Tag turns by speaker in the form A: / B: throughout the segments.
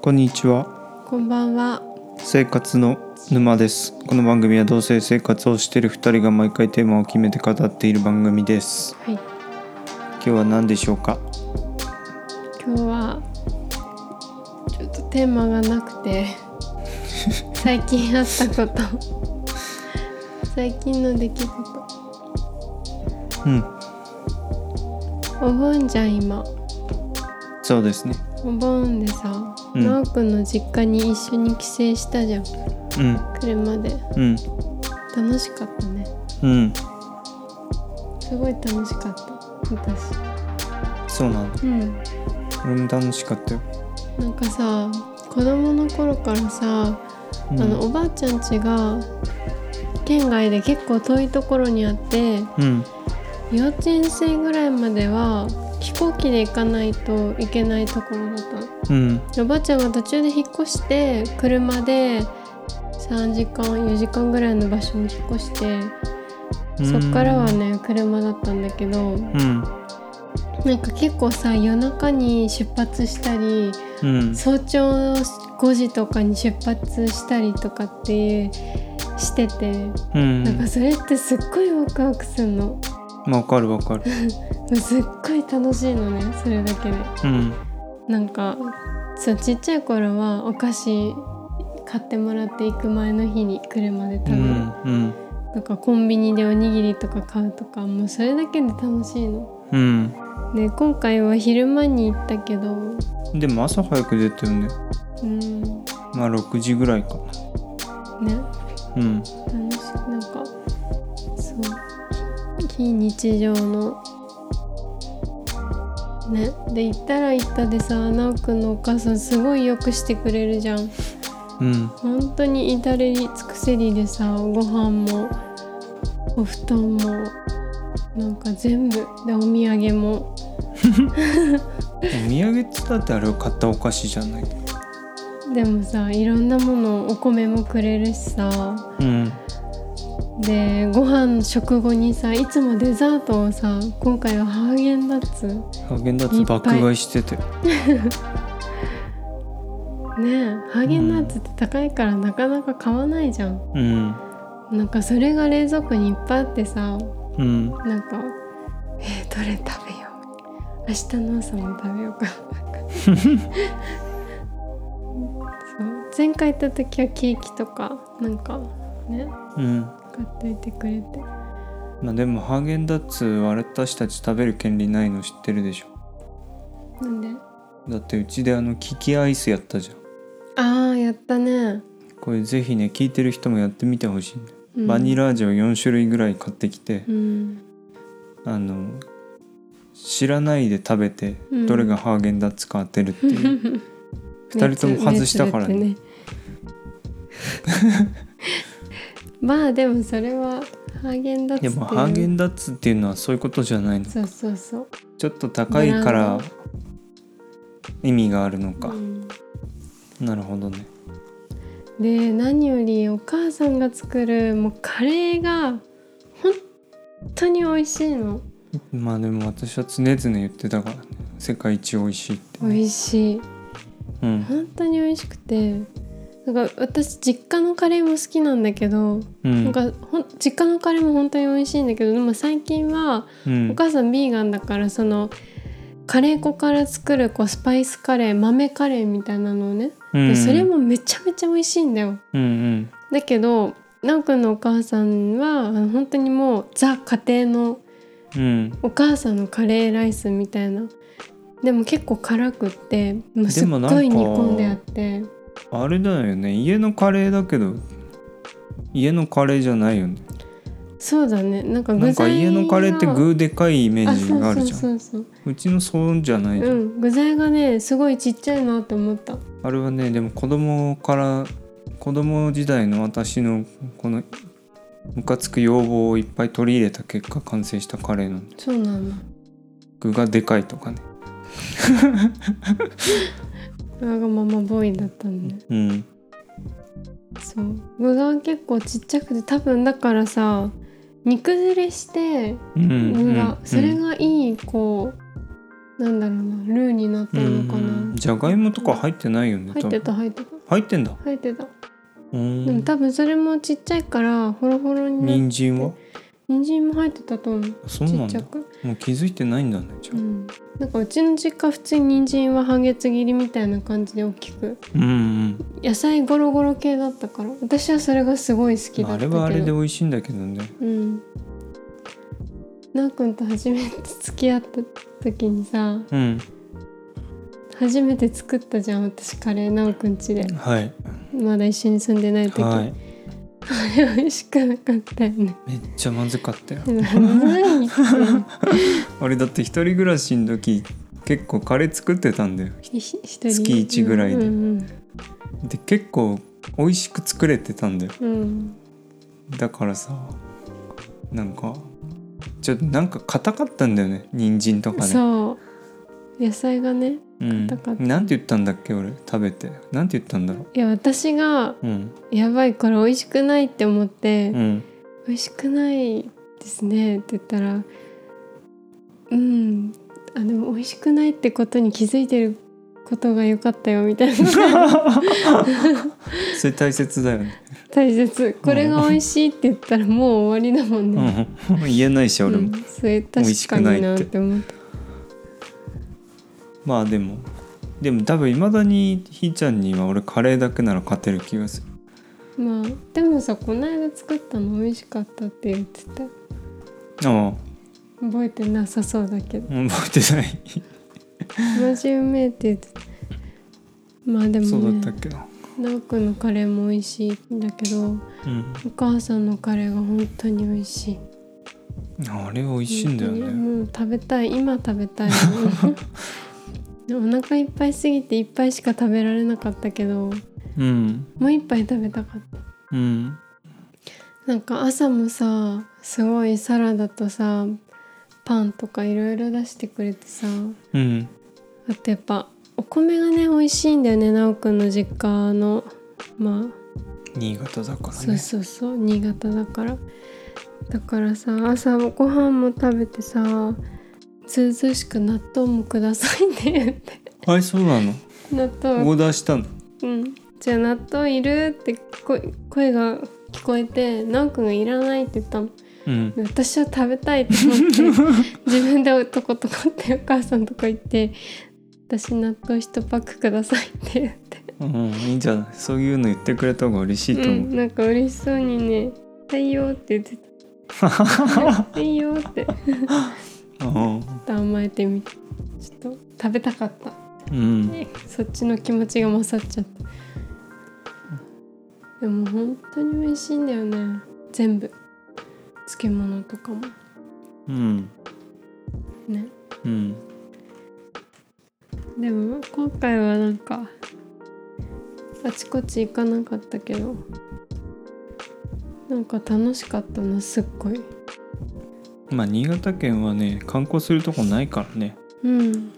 A: こんにちは
B: こんばんは。
A: 生活の沼ですこの番組は同性生活をしている二人が毎回テーマを決めて語っている番組です
B: はい。
A: 今日は何でしょうか
B: 今日はちょっとテーマがなくて最近あったこと最近の出来事
A: うん
B: お盆じゃん今
A: そうですね
B: お盆でさ
A: うん
B: 奈くんの実家に一緒に帰省したじゃ
A: う
B: ん
A: ん
B: 車で
A: うん
B: 楽しかったね
A: うん
B: すごい楽しかった私
A: そうなんだ
B: うん
A: 俺も楽しかったよ、
B: なんかさ子供の頃からさ
A: うん、
B: あのおばあちゃん家が県外で結構遠いところにあって
A: うん
B: 幼稚園生ぐらいまでは飛行機で行かないといけないところだった
A: うん
B: のおばあちゃんが途中で引っ越して車で3時間4時間ぐらいの場所に引っ越してそっからはね車だったんだけど
A: うん
B: なんか結構さ夜中に出発したり
A: うん
B: 早朝5時とかに出発したりとかっていうしてて
A: うん
B: なんかそれってすっごいワクワクするの
A: まあわかるわか る
B: すっごい楽しいのねそれだけで
A: うん
B: なんかそうちっちゃい頃はお菓子買ってもらって行く前の日に車で食
A: う
B: べる、
A: んうん
B: とかコンビニでおにぎりとか買うとかもうそれだけで楽しいの
A: うん
B: で今回は昼間に行ったけど
A: でも朝早く出てるんだよ
B: うんね
A: まあ6時ぐらいかなうん
B: 楽しいなんかそう非日常のねで行ったら行ったでさ奈くんのお母さんすごいよくしてくれるじゃん
A: うん
B: 本当に至れり尽くせりでさご飯もお布団もなんか全部でお土産
A: お
B: も
A: 土産っつったってあれを買ったお菓子じゃない
B: でもさいろんなものお米もくれるしさ
A: うん
B: でご飯食後にさいつもデザートをさ今回はハーゲンダッツ
A: ハーゲンダッツ爆買いしてて
B: ねえハーゲンダッツって高いからなかなか買わないじゃん、
A: うん
B: なんかそれが冷蔵庫にいっぱいあってさ
A: うん
B: なんか「えーどれ食べよう明日の朝も食べようか」 そう前回行った時はケーキとかなんかね
A: うん
B: 買っといてくれて
A: まあでもハーゲンダッツは私たち食べる権利ないの知ってるでしょ
B: なんで
A: だってうちであのキキアイスやったじゃん
B: ああやったね、
A: これぜひね聞いてる人もやってみてほしいね、
B: うん
A: バニラ味を4種類ぐらい買ってきて
B: う、ん
A: あの知らないで食べて
B: うん
A: どれがハーゲンダッツか当てるって いう、二人とも外したからね
B: 熱熱熱まあでもそれはハーゲンダッツ
A: でもハーゲ
B: ン
A: ンダッツっていうのはそういうことじゃないの
B: そうそうそう
A: ちょっと高いか
B: ブラ
A: ら
B: ン
A: 意味があるのか
B: う、ん
A: なるほどね
B: で何よりお母さんが作るもうカレーが本当に美味しいの
A: まあでも私は常々言ってたからね世界一美味しいって、
B: 美味しい
A: うん
B: 本当に美味しくてなんか私実家のカレーも好きなんだけど、
A: うん
B: なんかほん実家のカレーも本当に美味しいんだけどでも最近は
A: うん
B: お母さんビーガンだからそのカレー粉から作るこうスパイスカレー豆カレーみたいなのをね、
A: う
B: で
A: ん
B: それもめちゃめちゃ美味しいんだよ
A: うんうん
B: だけど奈くんのお母さんはあの本当にもうザ家庭の
A: うん
B: お母さんのカレーライスみたいなでも結構辛くってもうすっ
A: でも
B: ご
A: なんか
B: い煮込んであって
A: あれだよね家のカレーだけど家のカレーじゃないよね
B: そうだねなんか
A: な
B: 具
A: んか
B: 材
A: 家のカレーって
B: が
A: 具でかいイメージがあるじゃん
B: あそうそうそう
A: うちのそうじゃないじ
B: そ
A: ゃ、
B: ううんん具材がねすごいちっちゃいなって思った
A: あれはねでも子供から子供時代の私のこのムカつく要望をいっぱい取り入れた結果完成したカレーなんだよ
B: そうなんだ
A: 具がでかいとかね
B: わがままボーイだったんで
A: うん
B: そう具が結構ちっちゃくて多分だからさ煮崩れして
A: うんう
B: 具
A: ん
B: が、それがいいこうなんだろうなルーになった
A: う
B: のか
A: ん
B: な
A: じゃがいもとか入ってないよね
B: 入ってた入ってた
A: 多分入ってんだ
B: 入ってた
A: う
B: でも
A: ん
B: 多分それもちっちゃいからホロホロにな
A: 人参は
B: 人参も入ってたと思う
A: そう
B: ち
A: な
B: っ
A: ん
B: ち
A: だ
B: ゃく
A: もう気づいてないんだねじゃ
B: う
A: あ
B: んなんかうちの実家普通に人参は半月切りみたいな感じで大きく
A: うんうん
B: 野菜ゴロゴロ系だったから私はそれがすごい好きだ
A: あ
B: ったけ
A: れ
B: ど
A: はあれで美味しいんだけどね
B: うんなっくんと初めて付き合った時にさ
A: うん
B: 初めて作ったじゃん私カレーなおくんちで
A: はい
B: まだ一緒に住んでない時、
A: はい
B: あれ美味しくなかったよね
A: めっちゃまずかったよ
B: 何 言って
A: 俺だって一人暮らしの時結構カレー作ってたんだよ
B: ひひ一人
A: 月一ぐらいで
B: うん
A: で結構美味しく作れてたんだよ
B: うんうん
A: だからさなんかちょっとなんか硬かったんだよね人参とかね
B: そう野菜がね
A: うん
B: 硬かった
A: なんて言ったんだっけ俺食べてなんて言ったんだろ
B: いや私が
A: ううん
B: やばいこれ美味しくないって思って、
A: うん
B: 美味しくないですねって言ったらうんあでも美味しくないってことに気づいてることが良かったよみたい な
A: それ大切だよね、
B: 大切これが美味しいって言ったらもう終わりだもん
A: う
B: ね、
A: ん、 言えないし
B: うん
A: 俺も、
B: それ確かになって思った
A: まあでもでも多分いまだにひーちゃんには俺カレーだけなら勝てる気がする
B: まあでもさこの間作ったの美味しかったって言ってた
A: ああ
B: 覚えてなさそう だけど
A: うん覚えてない
B: マジうめえって言ってたまあで
A: そう
B: も
A: だっ
B: ね
A: たっけな、
B: 奈くんのカレーも美味しいんだけど
A: うん、
B: お母さんのカレーが本当に美味しい
A: あれ美味しいんだよ
B: 本当に
A: ね
B: もう食べたい今食べたい お腹いっぱいすぎて一杯しか食べられなかったけど
A: うん
B: もう一杯食べたかった
A: うん
B: なんか朝もさすごいサラダとさパンとかいろいろ出してくれてさ
A: うん
B: あとやっぱお米がね美味しいんだよね奈くんの実家のまあ
A: 新潟だから
B: そう
A: ね
B: そうそう新潟だからだからさ朝ご飯も食べてさずうずうしく納豆もくださいね って
A: はいそうなの
B: 納
A: オ
B: 豆
A: ーダーしたの
B: うんじゃあ納豆いるって声声が聞こえて奈くんがいらないって言ったの
A: うん
B: 私は食べたいと 思って自分でとことこってお母さんとか行って私納豆一パックくださいって言って
A: うんいいんじゃないそういうの言ってくれた方が嬉しいと
B: う
A: 思う、
B: ん、なんか嬉しそうにね「はいよ」って言って た「はいよ」って
A: あ
B: 甘えてみてちょっと食べたかった
A: あうん
B: そっちの気持ちが勝っちゃったでも本当に美味しいんだよね全部漬物とかも
A: うん
B: ね
A: うん
B: でも今回はなんかあちこち行かなかったけどなんか楽しかったなすっごい
A: まあ新潟県はね観光するとこないからね
B: うん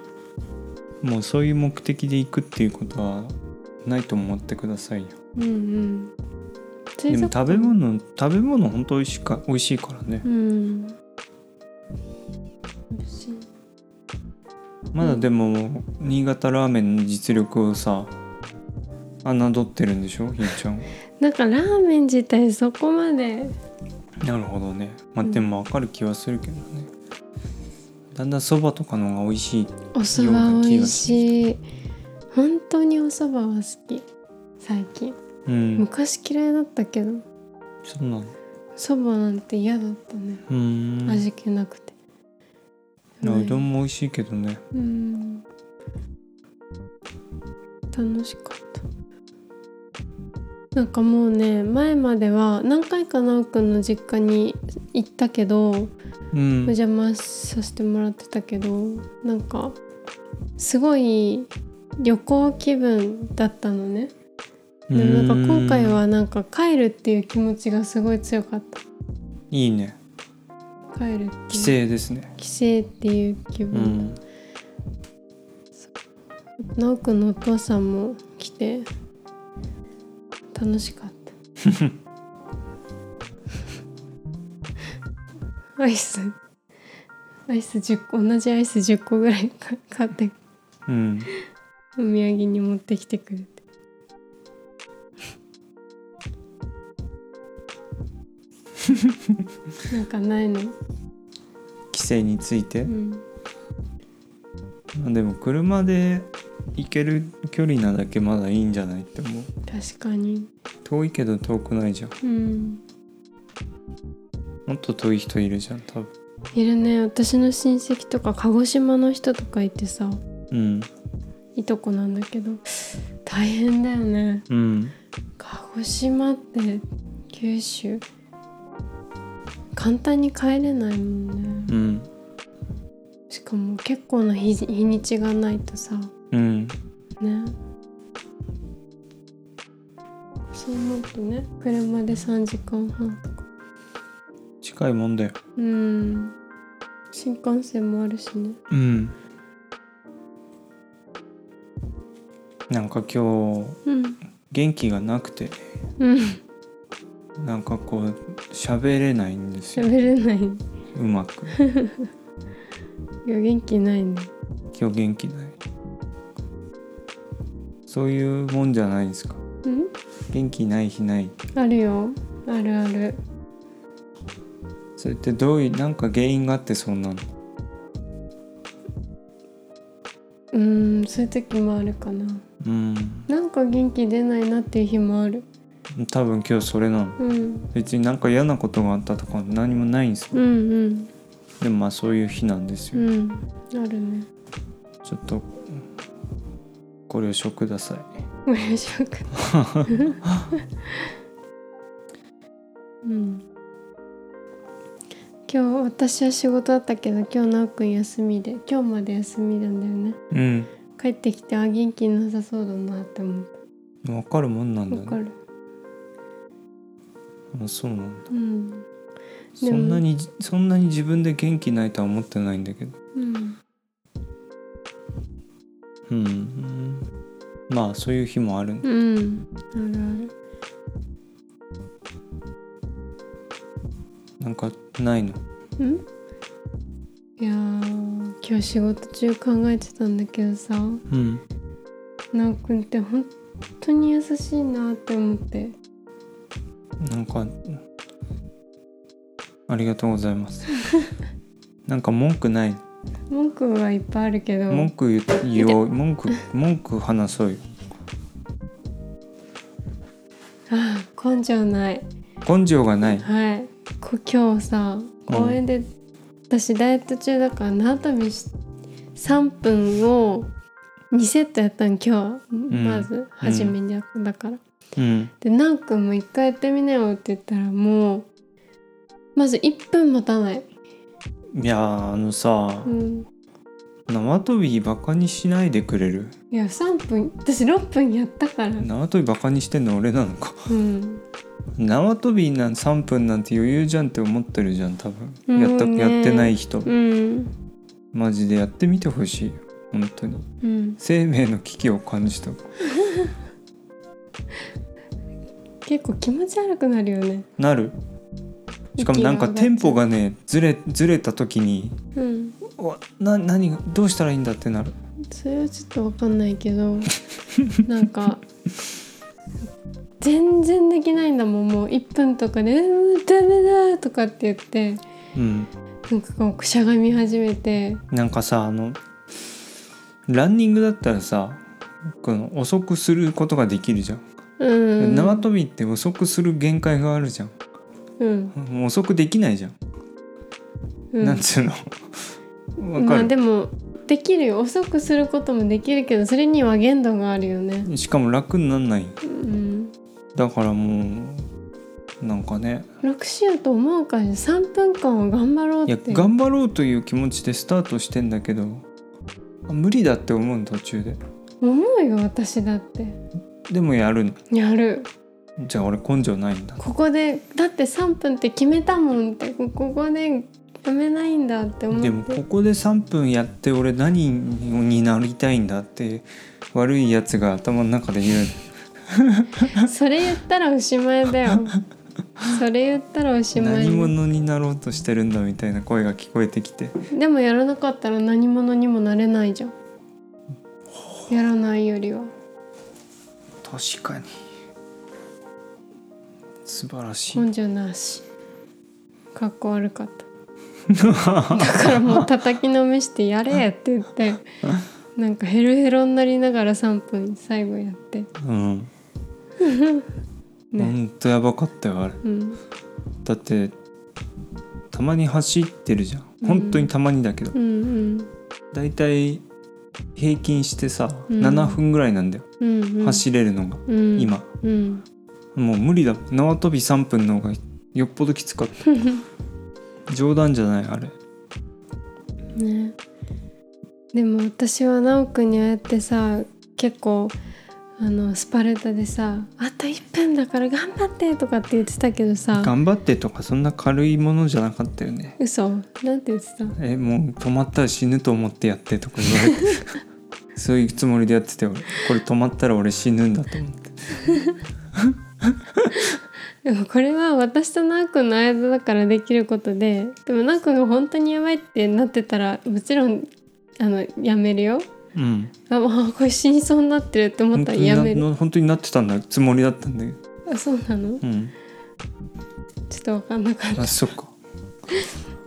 A: もうそういう目的で行くっていうことはないと思ってくださいよ
B: うんうん
A: で
B: 水
A: も食
B: 族館
A: べ物食べ物ほんと美味しいか美味しいからね
B: うん美味しい
A: まだでも新潟ラーメンの実力をさ侮ってるんでしょひーちゃん
B: なんかラーメン自体そこまで
A: なるほどねまあ
B: うん
A: でも分かる気はするけどねだんだんそばとかの方が美味しい
B: お蕎麦美味しい本当にお蕎麦は好き最近
A: うん
B: 昔嫌いだったけど
A: そうなの
B: 蕎麦なんて嫌だったね
A: うーん
B: 味気なくて
A: いやうどんも美味しいけどね
B: うん楽しかったなんかもうね前までは何回かなおくんの実家に行ったけど
A: うん
B: お邪魔させてもらってたけどなんかすごい旅行気分だったのねでもなんか今回
A: うーん
B: はなんか帰るっていう気持ちがすごい強かった
A: いいね
B: 帰る
A: 帰
B: って
A: 省
B: いう
A: ですね
B: 帰省っていう気
A: う
B: 分
A: ん
B: 直くんのお父さんも来て楽 しかったアイスアイス10個同じアイス10個ぐらいか買って
A: うん
B: お土産に持ってきてくれてなんかないの、
A: 規制について
B: う、ん、
A: まあでも車で行ける距離なだけまだいいんじゃないって思う
B: 確かに
A: 遠いけど遠くないじゃん
B: うん
A: もっと遠い人いるじゃん多分
B: いるね私の親戚とか鹿児島の人とかいてさ
A: うん
B: いとこなんだけど大変だよね
A: うん
B: 鹿児島って九州簡単に帰れないもんね
A: うん
B: しかも結構な日日にちがないとさ
A: うん
B: ねそう思うとね車で3時間半とか
A: 近いもんだよ
B: うん新幹線もあるしね
A: うんなんか今日
B: うん
A: 元気がなくて
B: うん
A: なんかこう喋れないんですよ
B: 喋れないう
A: ま く
B: いや元気ないね
A: 今日元気ないそういうもんじゃないですか
B: うん
A: 元気ない日ない
B: あるよあるある
A: それってどういうなんか原因があってそんなの
B: うんそういう時もあるかな
A: うん
B: なんか元気出ないなっていう日もある
A: 多分今日それなの
B: うん
A: 別になんか嫌なことがあったとか何もないんですよ、
B: うんうん
A: でもまあそういう日なんです
B: う
A: よ、
B: んあるね
A: ちょっとご了承ください
B: 嬉しくうん今日私は仕事だったけど今日なおくん休みで今日まで休みなんだよね
A: うん
B: 帰ってきてあ元気なさそうだなって思う
A: 分かるもんなんだ
B: わか
A: ね
B: る
A: あそうなんだ
B: うんで
A: そ
B: も
A: んなにそんなに自分で元気ないとは思ってないんだけど
B: うん
A: うんまあそういう日もあるね
B: うんある
A: なんかないの
B: あるうんいやー今日仕事中考えてたんだけどさ
A: うん
B: なおくんって本当に優しいなって思って
A: なんかありがとうございます なんか文句ない
B: 文句はいっぱいあるけど
A: 文句言う言おう文句文句話そうよ
B: ああ根性ない
A: 根性がない
B: はいこ今日さ公園で、私ダイエット中だから縄跳びし3分を2セットやったん今日、
A: ん
B: まず初めにやった、だから
A: うん
B: でなんくんも一回やってみなよって言ったらもうまず1分持たない、
A: いやーあのさ
B: うん、
A: 縄跳びバカにしないでくれる
B: いや3分私6分やったから
A: 縄跳びバカにしてんの俺なのか
B: うん
A: 縄跳びなん3分なんて余裕じゃんって思ってるじゃん多分やった、
B: うんね
A: やってない人
B: うん
A: マジでやってみてほしいよ本当に
B: うん
A: 生命の危機を感じた
B: 結構気持ち悪くなるよね
A: なるしかもなんか
B: 息が上がっちゃ
A: テ
B: う
A: ンポがねずれずれた時に
B: うん
A: うわな何がどうしたらいいんだってなる
B: それはちょっとわかんないけどなんか全然できないんだもんもう1分とかで「うんダメだ」とかって言って
A: うん
B: なんかこうしゃがみ始めて
A: なんかさあのランニングだったらさこの遅くすることができるじゃん、
B: うん
A: 縄跳びって遅くする限界があるじゃん
B: うん
A: もう遅くできないじゃん、
B: うん
A: なんつうの わ
B: ま
A: か
B: あ
A: る、
B: でもできるよ遅くすることもできるけどそれには限度があるよね
A: しかも楽になんない
B: うん
A: だからもうなんかね
B: 楽しようと思うから3分間を頑張ろうっ
A: いや
B: て
A: 頑張ろうという気持ちでスタートしてんだけどあ無理だって思うの途中で
B: 思うよ私だって
A: でもやるの
B: やる
A: じゃあ俺根性ないんだ
B: ここでだって3分って決めたもんってこここでやめないんだって思って
A: でもここで3分やって俺何になりたいんだって悪いやつが頭の中で言う
B: それ言ったらおしまいだよそれ言ったらおしまい
A: 何者になろうとしてるんだみたいな声が聞こえてきて
B: でもやらなかったら何者にもなれないじゃんやらないよりは
A: 確かに素晴らしい
B: 根性なしかっこ悪かっただからもう叩きのめして「やれ!」って言ってなんかヘロヘロになりながら3分最後やって
A: うん、 ほ
B: ね
A: んとやばかったよあれ
B: うん
A: だってたまに走ってるじゃん本当にたまにだけど、
B: うん
A: だいたい平均してさ、
B: うん
A: 7分ぐらいなんだよ、
B: うんうんうん
A: 走れるのが、
B: うん
A: 今
B: うん
A: もう無理だ縄跳び3分の方がよっぽどきつかった 冗談じゃないあれ
B: ねでも私は奈くんにああやってさ結構あのスパルタでさ「あと1分だから頑張って!」とかって言ってたけどさ
A: 頑張ってとかそんな軽いものじゃなかったよね
B: 嘘なんて言ってた
A: えもう止まったら死ぬと思ってやってとか言われて そういうつもりでやってたよ俺これ止まったら俺死ぬんだと思って
B: でもこれは私となーくんの間だからできることででもなーくんが本当にやばいってなってたらもちろんあのやめるよ
A: うん
B: あもうこれ死にそうになってるって思っ
A: 本
B: た
A: 当
B: ら
A: に
B: やめる
A: な本当になってたんだつもりだったんだけど
B: あそうなの
A: うん
B: ちょっと分かんなかった
A: あそっか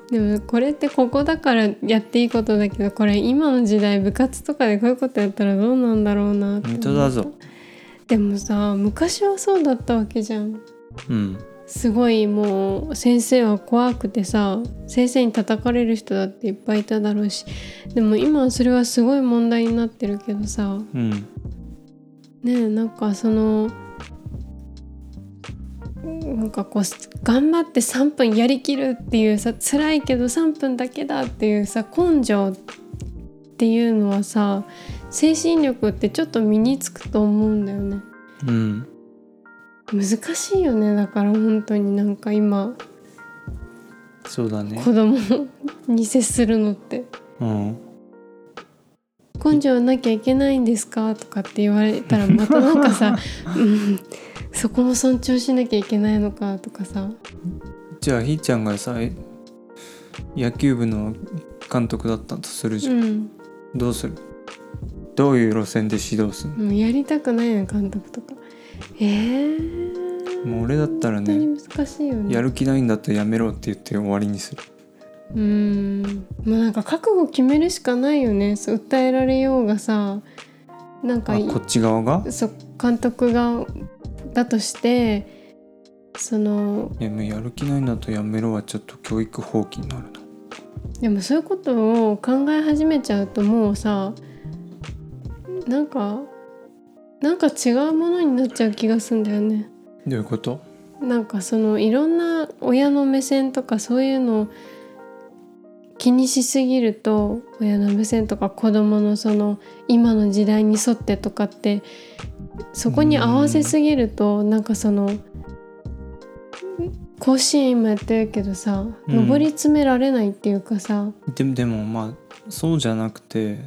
B: でもこれってここだからやっていいことだけどこれ今の時代部活とかでこういうことやったらどうなんだろうなって思
A: 本
B: った
A: 当だぞ
B: でもさ昔はそうだったわけじゃん
A: うん
B: すごいもう先生は怖くてさ先生に叩かれる人だっていっぱいいただろうしでも今はそれはすごい問題になってるけどさ
A: うん
B: ねえなんかそのなんかこう頑張って3分やりきるっていうさ辛いけど3分だけだっていうさ根性っていうのはさ精神力ってちょっと身につくと思うんだよね。
A: うん
B: 難しいよねだから本当になんか今
A: そうだね
B: 子供に接するのって
A: うん
B: 「根性なきゃいけないんですか?」とかって言われたらまたなんかさ 「うんそこも尊重しなきゃいけないのか」とかさ
A: じゃあひーちゃんがさえ野球部の監督だったとする
B: 「
A: じゃ、
B: うんん、
A: どうするどういう路線で指導する
B: もうやりたくないな監督とか」えー、
A: もう俺だったらね
B: 本当に難しいよね
A: やる気ないんだったらやめろって言って終わりにする
B: うんもうなんか覚悟決めるしかないよねそう訴えられようがさなんか
A: あ
B: い
A: こっち側が
B: そう監督がだとしてその
A: いやもうやる気ないんだとやめろはちょっと教育放棄になるな
B: でもそういうことを考え始めちゃうともうさなんかなんか違うものになっちゃう気がするんだよね。
A: どういうこと
B: なんかそのいろんな親の目線とかそういうのを気にしすぎると親の目線とか子供のその今の時代に沿ってとかってそこに合わせすぎるとなんかその甲子園今やってるけどさ
A: うん
B: 上り詰められないっていうかさ、
A: でもでもまあそうじゃなくて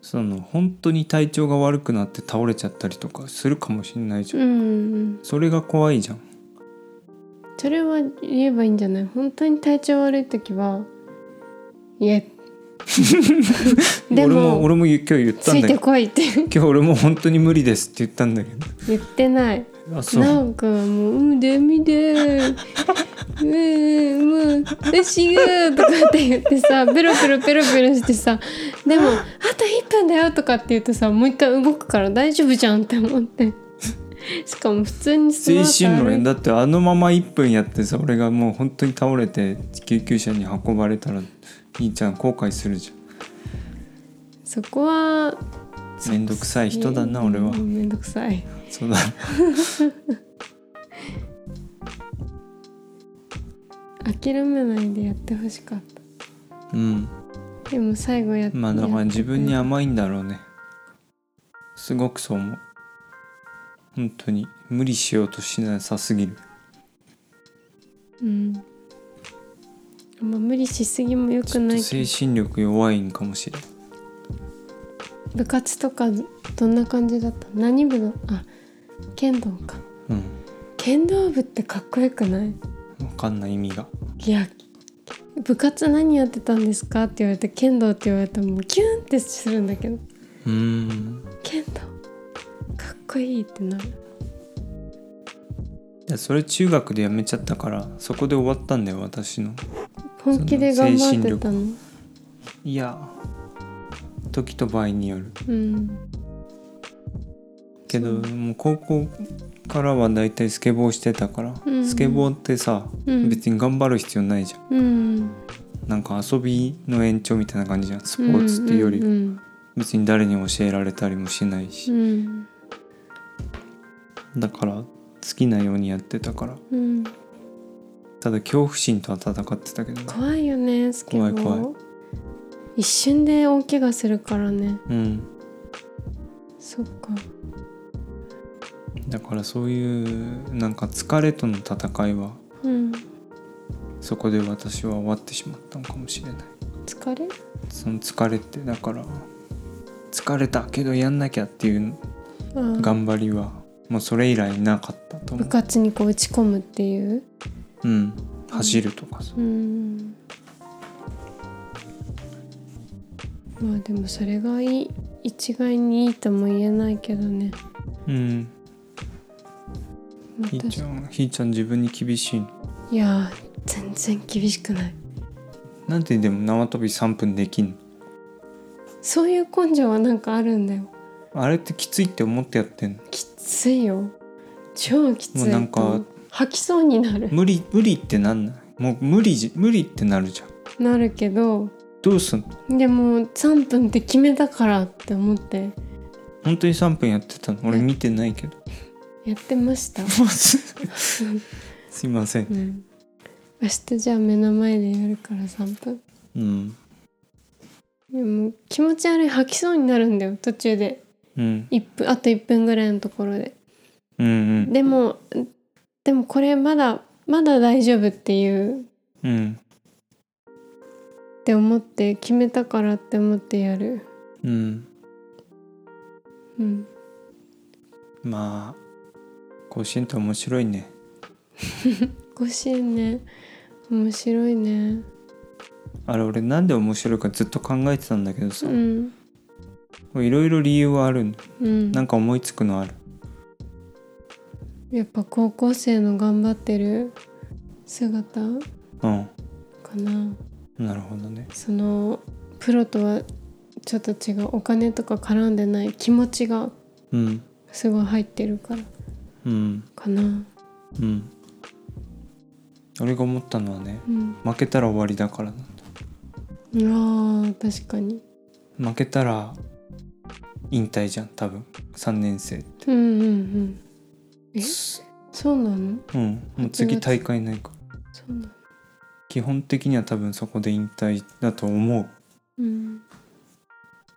A: その本当に体調が悪くなって倒れちゃったりとかするかもしんないじゃん、
B: うん、
A: それが怖いじゃん
B: それは言えばいいんじゃない本当に体調悪い時は「いえ」で
A: 俺も
B: も
A: 俺も今日言っ
B: つ
A: たん
B: い
A: だ
B: て
A: けど
B: こい」って
A: 今日俺も本当に無理ですって言ったんだけ
B: 言ってない
A: どあそう
B: なんかもう「うんでみで」 「うんうん私が」とかって言ってさベロベロベロベロしてさでも「あと1分だよ」とかって言うとさもう一回動くから大丈夫じゃんって思ってしかも普通にスマ
A: 精神
B: ート歩い
A: 論
B: て
A: だってあのまま1分やってさ俺がもう本当に倒れて救急車に運ばれたら兄ちゃん後悔するじ
B: そこは
A: ゃんめんどくさい人だな俺は
B: うんめんどくさい
A: そうだ
B: 諦めないでやってほしかった
A: うん
B: でも最後やって
A: まあだから自分に甘いんだろうねすごくそう思う本当に無理しようとしなさすぎる
B: うんまあ無理しすぎも良
A: ち
B: く
A: ょっ
B: な
A: と
B: い
A: 精
B: けど
A: 神力弱いんかもしれん
B: 部活とかどんな感じだった何部だあ剣道か
A: うん
B: 剣道部ってかっこよくない
A: 分かんない意味が
B: いや部活何やってたんですかって言われて剣道って言われてもキュンってするんだけど
A: うーん
B: 剣道かっこいいってなる
A: いやそれ中学でやめちゃったからそこで終わったんだよ私の
B: 本気で頑張ってたの
A: いや時と場合による
B: うん
A: けど
B: そ
A: もう高校からはだいたいスケボーしてたから、
B: うん
A: スケボーってさ、
B: うん
A: 別に頑張る必要ないじゃん
B: うん
A: なんか遊びの延長みたいな感じじゃんスポーツっていうより、
B: うん
A: 別に誰にも教えられたりもしないし
B: う、ん
A: だから好きなようにやってたから
B: うん、うん
A: ただ恐怖心とは戦ってたけどね
B: 怖いよねスケボー
A: 怖い怖
B: 一瞬で大怪我するからね
A: うん
B: そっか
A: だからそういうなんか疲れとの戦いは
B: うん
A: そこで私は終わってしまったのかもしれない
B: 疲れ
A: その疲れってだから疲れたけどやんなきゃっていう
B: あー
A: 頑張りはもうそれ以来なかったと思
B: 部
A: う、
B: 活にこう打ち込むっていう
A: うん、走るとかさ
B: うんまあでもそれがいい一概にいいとも言えないけどね
A: うん
B: まあ
A: ひーちゃ
B: 確
A: んひーちゃん自分に厳しいの
B: かいやー全然厳しくない
A: なんででも縄跳び3分できんの
B: そういう根性はなんかあるんだよ
A: あれってきついって思ってやってんの
B: きついよ超きつい
A: も
B: と
A: うなんか
B: 吐きそうになる
A: 無理無理ってなんないもう無理じ無理ってなるじゃん
B: なるけど
A: どうすんの
B: でも3分って決めたからって思って
A: 本当に3分やってたの俺見てないけど
B: やってました、
A: すいません
B: うん、明日じゃあ目の前でやるから3分
A: うん
B: でも気持ち悪い吐きそうになるんだよ途中で
A: うん
B: 1分あと1分ぐらいのところで
A: うんうん
B: でもでもこれまだまだ大丈夫っていう
A: うん
B: って思って決めたからって思ってやる
A: うん
B: うん
A: まあ甲子園って面白いね
B: 甲子園ね面白いね
A: あれ俺なんで面白いかずっと考えてたんだけどさ
B: うん
A: いろいろ理由はあるんだ
B: うん
A: なんか思いつくのある
B: やっぱ高校生の頑張ってる姿
A: うん
B: かな
A: なるほどね
B: そのプロとはちょっと違うお金とか絡んでない気持ちが
A: うん
B: すごい入ってるから
A: うん
B: かな
A: うん俺が思ったのはね
B: うん
A: 負けたら終わりだからなんだ
B: あー確かに
A: 負けたら引退じゃん多分3年生
B: うんうんうんえそうなの
A: うんもう次
B: 8月
A: 大会ないから
B: そうなの
A: 基本的には多分そこで引退だと思う
B: うん、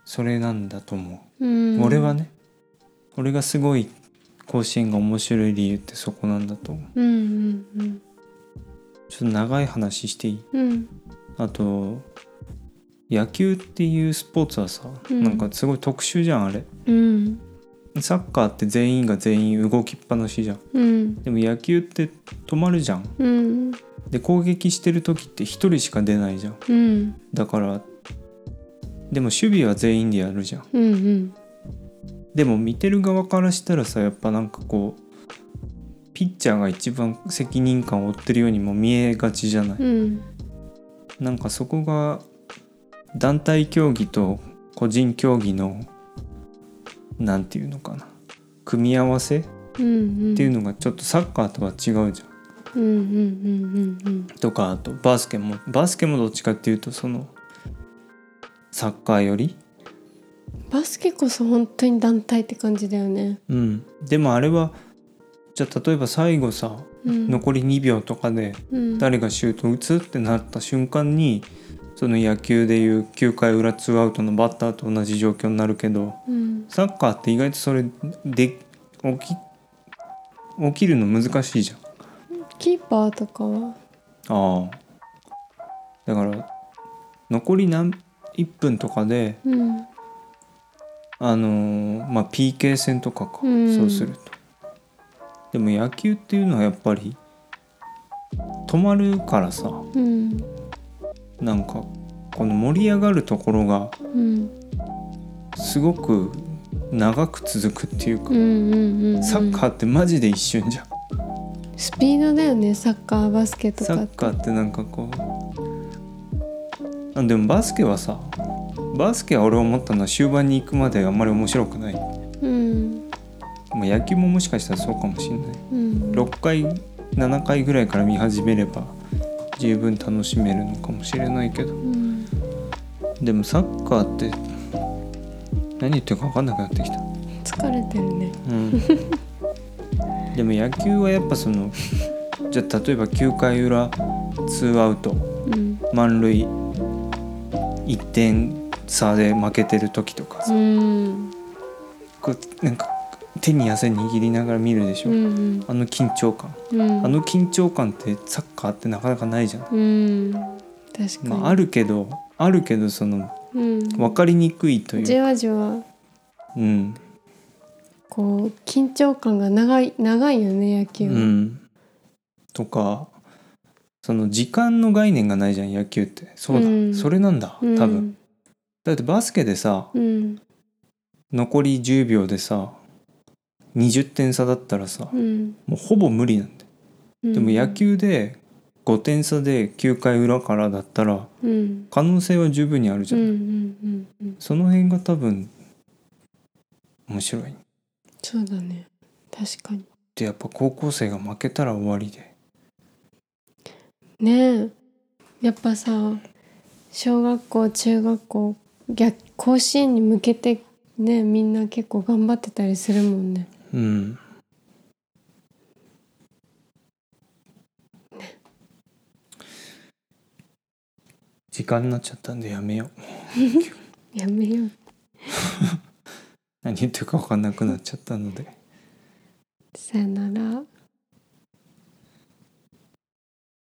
A: それなんだと思
B: う
A: う、
B: ん、
A: 俺はね俺がすごい甲子園が面白い理由ってそこなんだと思う
B: うんうん
A: ちょっと長い話していい
B: うんうん
A: あと野球っていうスポーツはさ、
B: うん
A: なんかすごい特殊じゃんあれ
B: うん
A: サッカーって全員が全員動きっぱなしじゃん
B: うん
A: でも野球って止まるじゃん
B: うん
A: で攻撃してる時って1人しか出ないじゃん
B: うん
A: だからでも守備は全員でやるじゃん
B: うんうん
A: でも見てる側からしたらさやっぱなんかこうピッチャーが一番責任感を負ってるようにも見えがちじゃない、
B: うん
A: なんかそこが団体競技と個人競技のなんていうのかな組み合わせっ
B: うん
A: ていうのがちょっとサッカーとは違うじゃん。
B: うんうんうん
A: とかあとバスケもバスケもどっちかっていうとそのサッカーより、
B: うんバスケこそ本当に団体って感じだよね、
A: うん、でもあれはじゃあ例えば最後さ
B: うん、
A: 残り2秒とかで
B: うん
A: 誰がシュート打つってなった瞬間にその野球でいう9回裏ツーアウトのバッターと同じ状況になるけど
B: うん
A: サッカーって意外とそれで起き起きるの難しいじゃん。
B: キーパーとかは
A: ああだから残り何1分とかで
B: うん
A: あのーまあ PK 戦とかか、
B: うん
A: そうすると。でも野球っていうのはやっぱり止まるからさ
B: うん
A: なんかこの盛り上がるところが
B: うん
A: すごく長く続くっていうか、
B: うんうんうん
A: サッ
B: ー
A: カーってマジで一瞬じゃん、
B: スピードだよねサッカーバスケと
A: サ
B: か
A: ッカーってなんかこうあでもバスケはさバスケは俺思ったのは終盤に行くまであんまり面白くない、ま
B: うん
A: あ、野球ももしかしたらそうかもしれない
B: うん
A: 6回7回ぐらいから見始めれば十分楽しめるのかもしれないけど
B: うん
A: でもサッカーって何言ってるか分かんなくなってきた、
B: 疲れてるね
A: うん、 でも野球はやっぱそのじゃあ例えば9回裏ツーアウト
B: うん
A: 満塁1点差で負けてる時とか
B: う
A: さ
B: ん
A: こうなんか手に汗握りながら見るでし
B: う
A: ょ、
B: ん
A: あの緊張感
B: うん
A: あの緊張感ってサッカーってなかなかないじゃん
B: うん確かに、
A: まあ、あるけどあるけどその
B: うん
A: 分かりにくいとい
B: じ
A: う、
B: わじわ
A: うん
B: こう緊張感が長い長いよね野
A: う
B: 球、
A: ん、とかその時間の概念がないじゃん野球ってそうだ、
B: うん
A: それなんだ多
B: うん、
A: 分、だってバスケでさ
B: うん
A: 残り10秒でさ20点差だったらさ
B: うん
A: もうほぼ無理なんだよ
B: うん
A: でも野球で5点差で9回裏からだったら
B: うん
A: 可能性は十分にあるじ
B: う
A: ゃ
B: ん
A: ん、
B: うんうんうん
A: その辺が多分面白いっ
B: そうだね確かに
A: てやっぱ高校生が負けたら終わりで
B: ねえやっぱさ小学校中学校逆甲子園に向けてねみんな結構頑張ってたりするもんね
A: うん。時間になっちゃったんでやめよう。
B: やめよう
A: 何言ってるか分かんなくなっちゃったので。
B: さよなら